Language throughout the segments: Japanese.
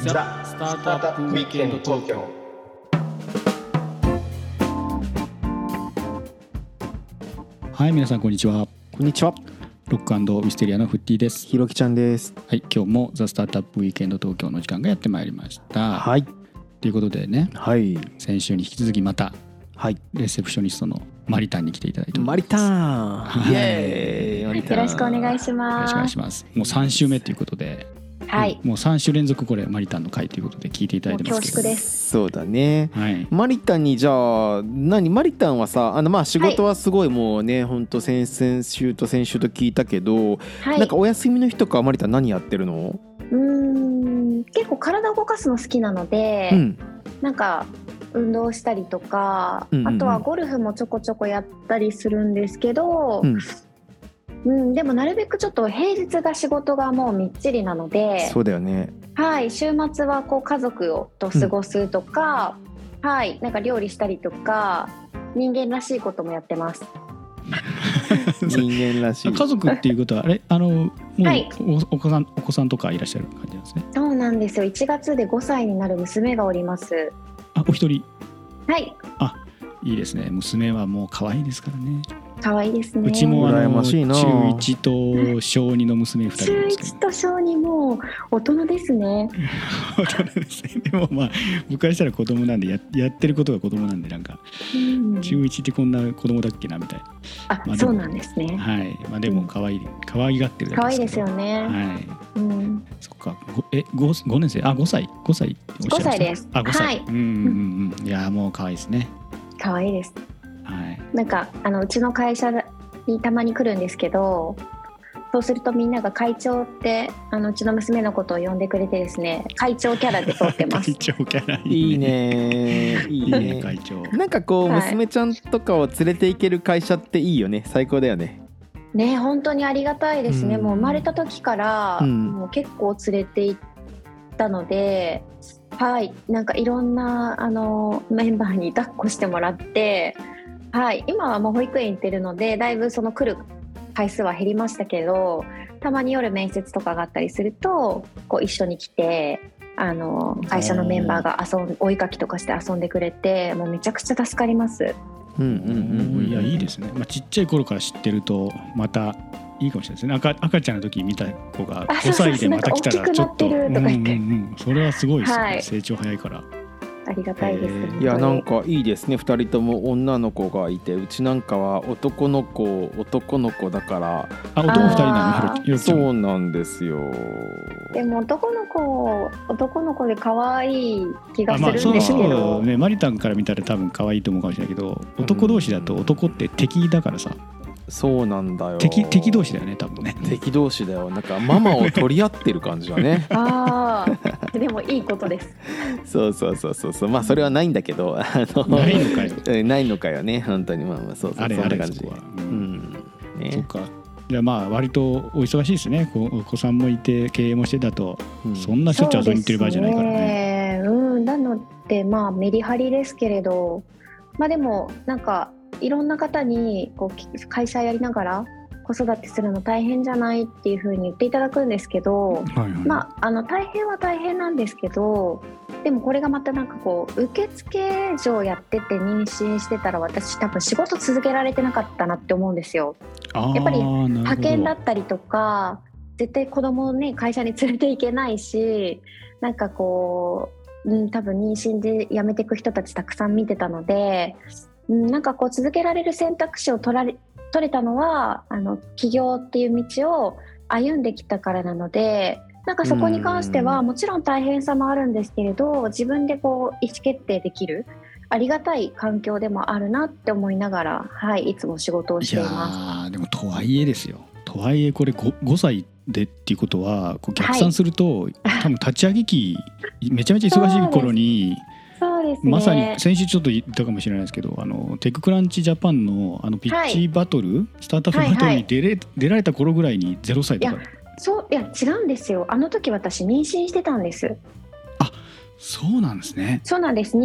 ザ・スタートアップウィークエンド東京はい、皆さんこんにちは。こんにちは、ロックミステリアのフッティです。ひろきちゃんです。はい、今日もザスタートアップウィークエンド東京の時間がやってまいりました。はい、ということでね、はい、先週に引き続きまたはい。レセプショニストのマリタンに来ていただいておりますマリタはーいン、イエーイ、マリターン。。よろしくお願いしよろましすくお。願いします。もう三週目ということで、はい。もう三週連続これマリタンの回ということで聞いていただいてますけど。もう恐縮ですそうだね。はい。マリタンにじゃあ何マリタンはさあのまあ仕事はすごいもうね、ほんと先々週と先週と聞いたけど、はい。なんかお休みの日とかマリタン何やってるの、うーん。結構体を動かすの好きなので、うんなんか運動したりとか、うんうんうんあとはゴルフもちょこちょこやったりするんですけど、うんうん、でもなるべくちょっと平日が仕事がもうみっちりなので、そうだよ ねはい。週末はこう家族をと過ごすとか、はい。なんか料理したりとか、人間らしいこともやってます。人間らしい家族っていうことは あれあのもうはいおお子さんお子さんとかいらっしゃる感じなんですね。そうなんですよ。1月で5歳になる娘がおります。あ、お一人はい。いいですね。娘はもう可愛いですからね。可愛いですね。うちもあ羨のましい中な一と小二の娘二人いる中んです けど一。と小二もう大人ですね。わかんないですねでもまあ僕からしたら子供なんでややってることが子供なんでなんかうん中1ってこんな子供だっけなみたいな、あまあ、そうなんですね。はいまあでも可愛い可愛がってるだけ可愛いですけよどね。はいうん。そっかごえ五五年生あ五歳五歳おっしゃいました5歳ですあ五は歳、いうんうんうんいやーもう可愛いですね可愛いです。はいなんかあのうちの会社にたまに来るんですけど、そうするとみんなが会長ってあのうちの娘のことを呼んでくれてですね、会長キャラで通って ます会。長キャラいいねいいいいねね会長なんかこうはい娘ちゃんとかを連れていける会社っていいよね最高だよねね本当にありがたいですね、うんもう生まれた時から、うんもう結構連れて行ったのではいなんかいろんなあのメンバーに抱っこしてもらってはい今はもう保育園行ってるのでだいぶその来る回数は減りましたけどたまに夜面接とかがあったりするとこう一緒に来て。あの会社のメンバーが遊んお絵かきとかして遊んでくれてもうめちゃくちゃ助かりますうんいやいいですね、まあ、ちっちゃい頃から知ってるとまたいいかもしれないですね赤赤ちゃんの時見た子があそ5うそう歳でまた来たらちょっとなんか大きくなってるとか言ってうんうんうんそれはすごいですね、はい成長早いからありがたいです、へー本当にいやなんかいいですね2人とも女の子がいてうちなんかは男の子男の子だからあ男2人なのあーひろひろきちゃんそうなんですよでも男の子男の子で可愛い気があまあするそんうですけそど、うねマリタンから見たら多分可愛いと思うかもしれないけど男同士だと男って敵だからさそうなんだよ敵敵同士だよね多分ね敵同士だよなんかママを取り合ってる感じだ ねああ でもいいことです。そうそうそうそうそうまあそれはないんだけどあないのかよのないのかよね本当にまあまあそうそうあれそあんなれ感そじこは、ううんんそっねかじゃあまあ割とお忙しいですねこお子さんもいて経営もしてだとうんそんなしょっちゅう遊びに行ってる場合じゃないからそうですねねうん、なのでまあメリハリですけれどまあでもなんかいろんな方にこうき会社やりながら子育てするの大変じゃないっていうふうに言っていただくんですけど。はいはいまあ、あの大変は大変なんですけどでもこれがまたなんかこう受付嬢やってて妊娠してたら私多分仕事続けられてなかったなって思うんですよ。あーやっぱりなるほど派遣だったりとか絶対子供をね会社に連れていけないしなんかこう、うん、多分妊娠で辞めていく人たちたくさん見てたので、うん、なんかこう続けられる選択肢を取られ取れたのはあの起業っていう道を歩んできたからなので。なんかそこに関してはうんもちろん大変さもあるんですけれど自分でこう意思決定できるありがたい環境でもあるなって思いながら、はい、いつも仕事をしいていやます。ーでもとはいえですよとはいえこれ 5, 5歳でっていうことはこう逆算すると、多分立ち上げ期めちゃめちゃ忙しい頃に、そうですね。まさに先週ちょっと言ったかもしれないですけどあのテッククランチジャパンのあのピッチバトル、スタートアップバトルに出れ、出られた頃ぐらいに0歳とかいそういや違うんですよあの時私妊娠してたんですそうなんですねそうなんです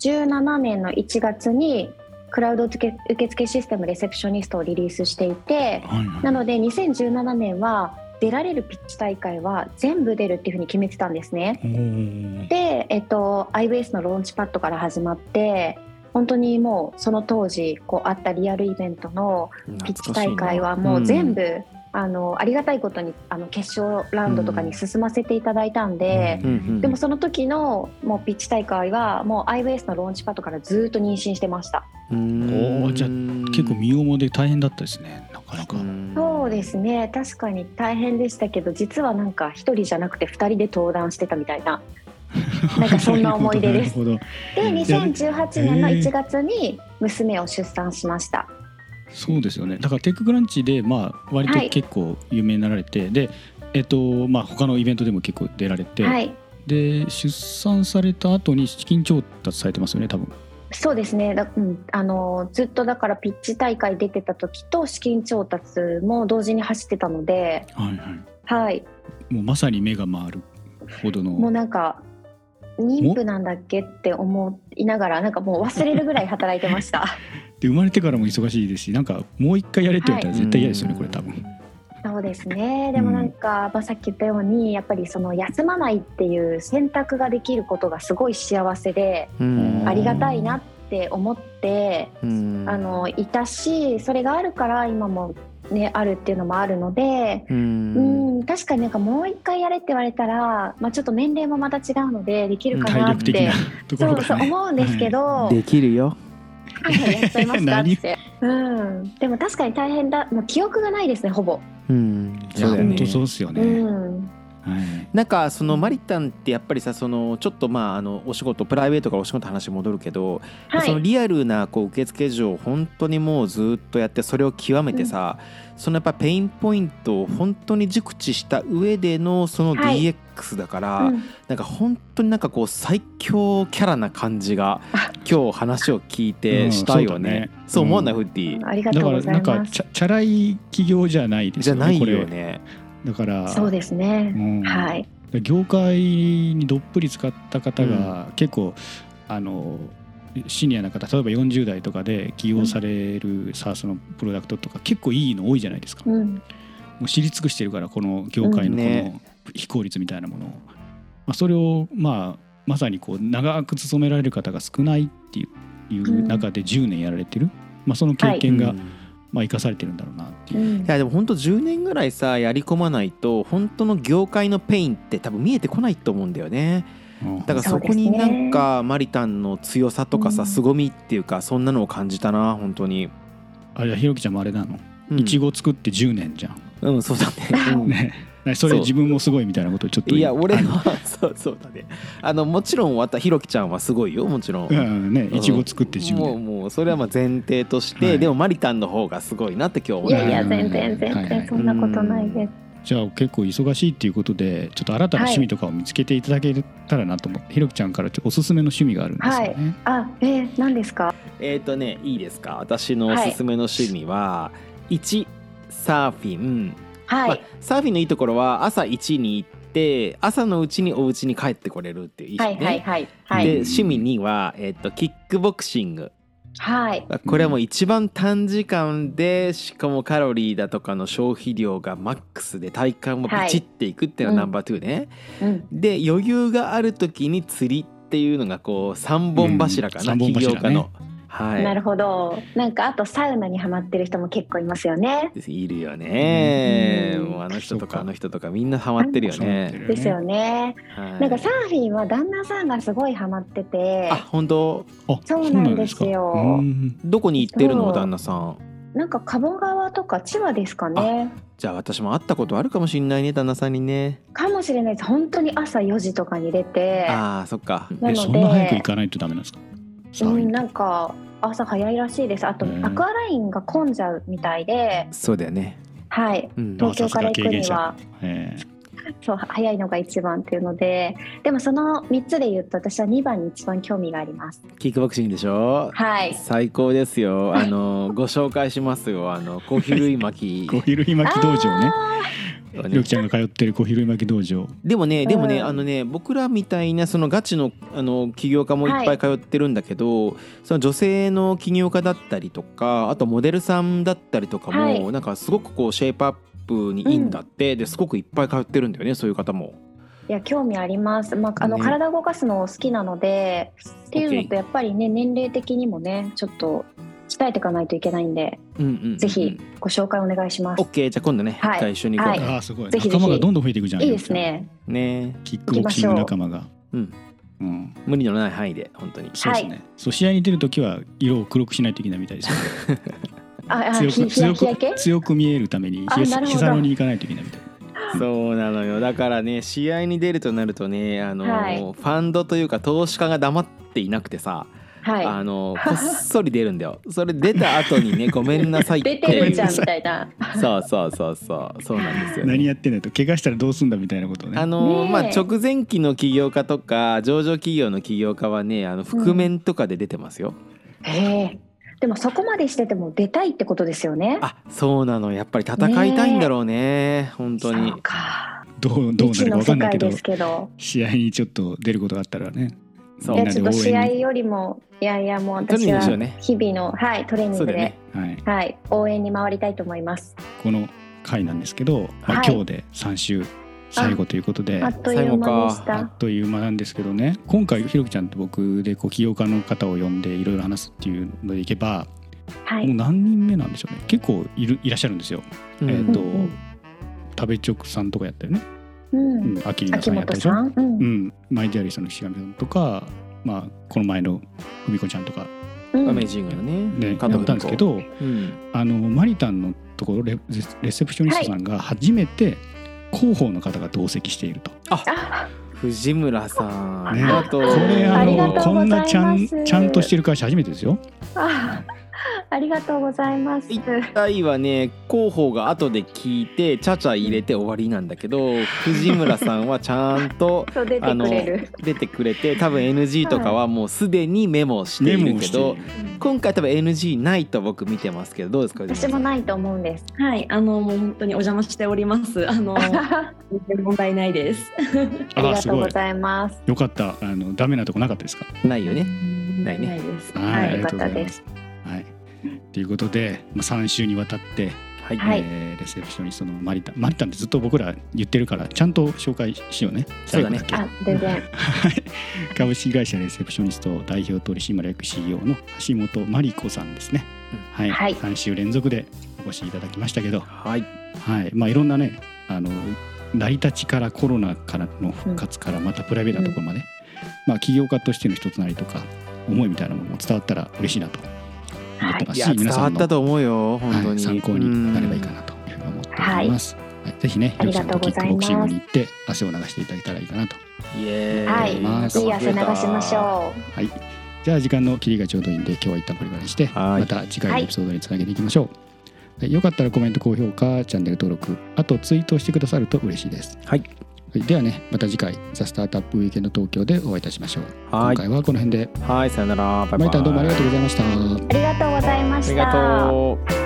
2017年の1月にクラウド受付受付システムレセプショニストをリリースしていてはいはいなので2017年は出られるピッチ大会は全部出るっていうふうに決めてたんですね。うんで、えっと、iOS のローンチパッドから始まって本当にもうその当時こうあったリアルイベントのピッチ大会はもう全部、あのありがたいことにあの決勝ラウンドとかに進ませていただいたんで、うんでもその時のもうピッチ大会はもう iOS のローンチパッドからずっと妊娠してました。おーじゃあ結構身重で大変だったですねなかなか。そうですね確かに大変でしたけど実はなんか1人じゃなくて2人で登壇してたみたいななんかそんな思い出ですなるほどで2018年のえー1月に娘を出産しました、そうですよねだからテッククランチでまあ割はいと結構有名になられて、でえっとまあ他のイベントでも結構出られて、はいで出産された後に資金調達されてますよね多分。そうですねだ、うん、あのずっとだからピッチ大会出てた時と資金調達も同時に走ってたのではいはい。はいもうまさに目が回るほどの。もうなんか妊婦なんだっけって思いながらなんかもう忘れるぐらい働いてました で生まれてからも忙しいですしなんかもう一回やれって言われたら絶対嫌ですよねこれ多分。そうですねでもなんか、まあ、さっき言ったようにやっぱりその休まないっていう選択ができることがすごい幸せでうんありがたいなって思ってあのいたしそれがあるから今も、ね、あるっていうのもあるので。ううんん確かになんかもう一回やれって言われたら、まあ、ちょっと年齢もまた違うのでできるか体なっ力的てなとこそろうそがうね。思うんですけど、できるよはいやっちゃいますかっ何て、うん、でも確かに大変だもう記憶がないですねほぼ、うんそうだよ本ね当そうですよね。うん、はい。なんかそのマリタンってやっぱりさそのちょっとまああのお仕事プライベートからお仕事の話戻るけど、はそのいリアルなこう受付嬢を本当にもうずっとやってそれを極めてさ、そのやっぱペインポイントを本当に熟知した上でのそのはい DX だから、うんなんか本当になんかこう最強キャラな感じがあ今日話を聞いうんてしたよね,、そうだねそう思わない、うフッディありがだとかうごらざないんかまチすャチャラい企業じゃないですじゃよね。ないこれよね。だからそうですね、うんはい業界にどっぷり使った方が結構、あのシニアな方例えば40代とかで起用される SARS のプロダクトとか結構いいの多いじゃないですか、うんもう知り尽くしてるからこの業う界んのこねの非効率みたいなものを、まあ、それを、まあ、まさにこう長く勤められる方が少ないっていういう中で10年やられてる、まあ、その経験が、うんまあ、生かされてるんだろうなっていうう。んいやでも本当10年ぐらいさやり込まないと本当の業界のペインって多分見えてこないと思うんだよねうんだからそこになんかマリタンの強さとかさうん凄みっていうかそんなのを感じたな本当に、あれひろきちゃんもあれなのうん、いちご作って10年じゃん、うん そうだね、うんね、それ自分もすごいみたいなことをちょっといや俺あのは そうそうだねあのもちろんわたひろきちゃんはすごいよもちろん、うんねうんいちご作って10もう年もうそれはまあ前提として、はいでもマリタンの方がすごいなって今日思 いやいやうん全然は全いはい然そんなことないです、じゃあ結構忙しいっていうことでちょっと新たな趣味とかを見つけていただけたらなと思って、ひろきちゃんからちょっとおすすめの趣味があるんですよね、あえー、何ですかえっ、とねいいですか私のおすすめの趣味は、1サーフィンはい、まあ、サーフィンのいいところは朝1に行って朝のうちにお家に帰ってこれるっていういいはね、いはいはいははいでい趣味2は、えっとキックボクシングはいこれはもう一番短時間でしかもカロリーだとかの消費量がマックスで体幹もビチっていくっていうのがはいナンバー2ね、うんで余裕がある時に釣りっていうのがこう3本柱かな、うん三本起柱業ね家の、はいなるほどなんかあとサウナにはまってる人も結構いますよねいるよね、うんもうあの人とそうかかあの人とかみんなハマってるよね、ですよね、はいなんかサーフィンは旦那さんがすごいハマっててあ本当あそうなんですよそうなんですかどこに行ってるそのう旦那さんなんか鴨川とか千葉ですかねじゃあ私も会ったことあるかもしんないね旦那さんにねかもしれないです本当に朝4時とかに出てああそっかうんなのえでそんな早く行かないとダメなんですかサーうフィンん、なんか朝早いらしいですあとうんアクアラインが混んじゃうみたいで、そうだよねはいうんあ東京から行くにはえそう早いのが一番っていうのででもその3つで言うと私は2番に一番興味がありますキックボクシングでしょはい最高ですよあのご紹介しますよあのコーヒー類巻ー、き小昼巻き道場ねあをひろねきちゃんが通ってる小昼巻き道場でもねでもね、うんあのね僕らみたいなそのガチのあの起業家もいっぱい通ってるんだけど、その女性の起業家だったりとかあとモデルさんだったりとかも、はいなんかすごくこうシェイプアップにいいんだって、ですごくいっぱい通ってるんだよねそういう方も。いや興味あります、まああのね体動かすの好きなのでっていうのとやっぱりね年齢的にもねちょっと伝えていかないといけないんでうんうんうんうんぜひご紹介お願いしますオッ。ケーじゃあ今度ね、はい一回一緒に行こう、はいああすごいぜひぜひ仲間がどんどん増えていくじゃんいいですね。ねキックボクシング仲間がううんうん無理のない範囲で本当にそうですね、そう試合に出るときは色を黒くしないといけないみたいですよあ、あ、強日く日強焼日焼けく。強く見えるためにあなるほど膝のに行かないといけないみたいなそうなのよだからね試合に出るとなるとねあの、はいファンドというか投資家が黙っていなくてさ、はあのこっそり出るんだよそれ出た後に ねごめんなさいい。って出てるじゃんごめんなみさいたいな。そうそうそうそうそうなんですよ、ね、何やってんだと怪我したらどうすんだみたいなことをねあのねえまあ、直前期の起業家とか上場企業の起業家はねあの覆面とかで出てますよ、へえ。でもそこまでしてても出たいってことですよね。あそうなのやっぱり戦いたいんだろうね本当にそうか。どうどうな未知るかの分か世んないけど界ですけど。試合にちょっと出ることがあったらねそうみいんなやでちょっ応と試合援によりもいやいやもうトレーニン私グはしようね日々のはいトレーニンそうグだで、よねはい、はい応援に回りたいと思います。この回なんですけど、まあ、はい今日で3週最後ということであっという間でしあた。っという間なんですけどね今回ひろきちゃんと僕でこう起業家の方を呼んでいろいろ話すっていうのでいけば、はもうい。何人目なんでしょうね結構いるいらっしゃるんですよ。うんえっ、と、うんうん食べ直さんとかやったよね、う。うんん、秋菜秋さんやった元でしょさ、ん。う。うんん、マイデアリストの岸上さんとか、まあ、この前のふみこちゃんとか、うんアメージングのねね、や加藤ったんですけどうんあのマリタンのところレレレセプショニストさんが初めて広報の方が同席していると。あ、藤村さん、ねありがとうこれあありがとうのござこいますんなちゃんちゃんとしてる会社初めてですよ。あ、ありがとうございます。一体はね広報が後で聞いてちゃちゃ入れて終わりなんだけ ど藤村さんはちゃんとそう出てくれる。出てくれて 多分 NG とかはもうすでにメモしてメいモるをけしていどる。今回多分 NG ないと僕見てますけどどうですか私もないと思うんです。はい、あのもう本当にお邪魔しております。あ の問題ないです。ありあがすとうごごい。ざいます。よかった。あのダメなとこなかったですか。ないよねないね問題です。はい、いありがとうございます。はい。ということで、まあ三週にわたって、はい、はいえーレセプショニストのマリタン、マリタンってずっと僕ら言ってるからちゃんと紹介しようね。そうだね最後けあ、全然。はい株式会社レセプショニスト代表取締役 CEO の橋本真理子さんですね、はいはい3週連続でお越しいただきましたけど、はい、はいまあ、いろんなねあの成り立ちからコロナからの復活からまたプライベートなところまで、まあ、起業家としての人となりとか思いみたいなものも伝わったら嬉しいなと思ってまいすし、や伝皆わさっんのたと思うよ本当に、はい、参考になればいいかなというふうに思っております。はいぜひね、ありょりうさがんととキうごッざクいボまクすシングに行って汗を流していただけたらいいかなと。うんイエーイはいいいい汗流しましょはい。じゃあ時間の切りがちょうどいいんで今日は一旦これまでにしてはいまた次回のエピソードにつなげていきましょう、はいよかったらコメント高評価チャンネル登録あとツイートしてくださると嬉しいです、はいはい、ではねまた次回「ザスタートアップウィーケンド東京でお会いいたしましょう、は今回はこの辺でいはいさよならバイバイマリタンどうもありがとうございましたう。ありがとうございまあしりた。がとう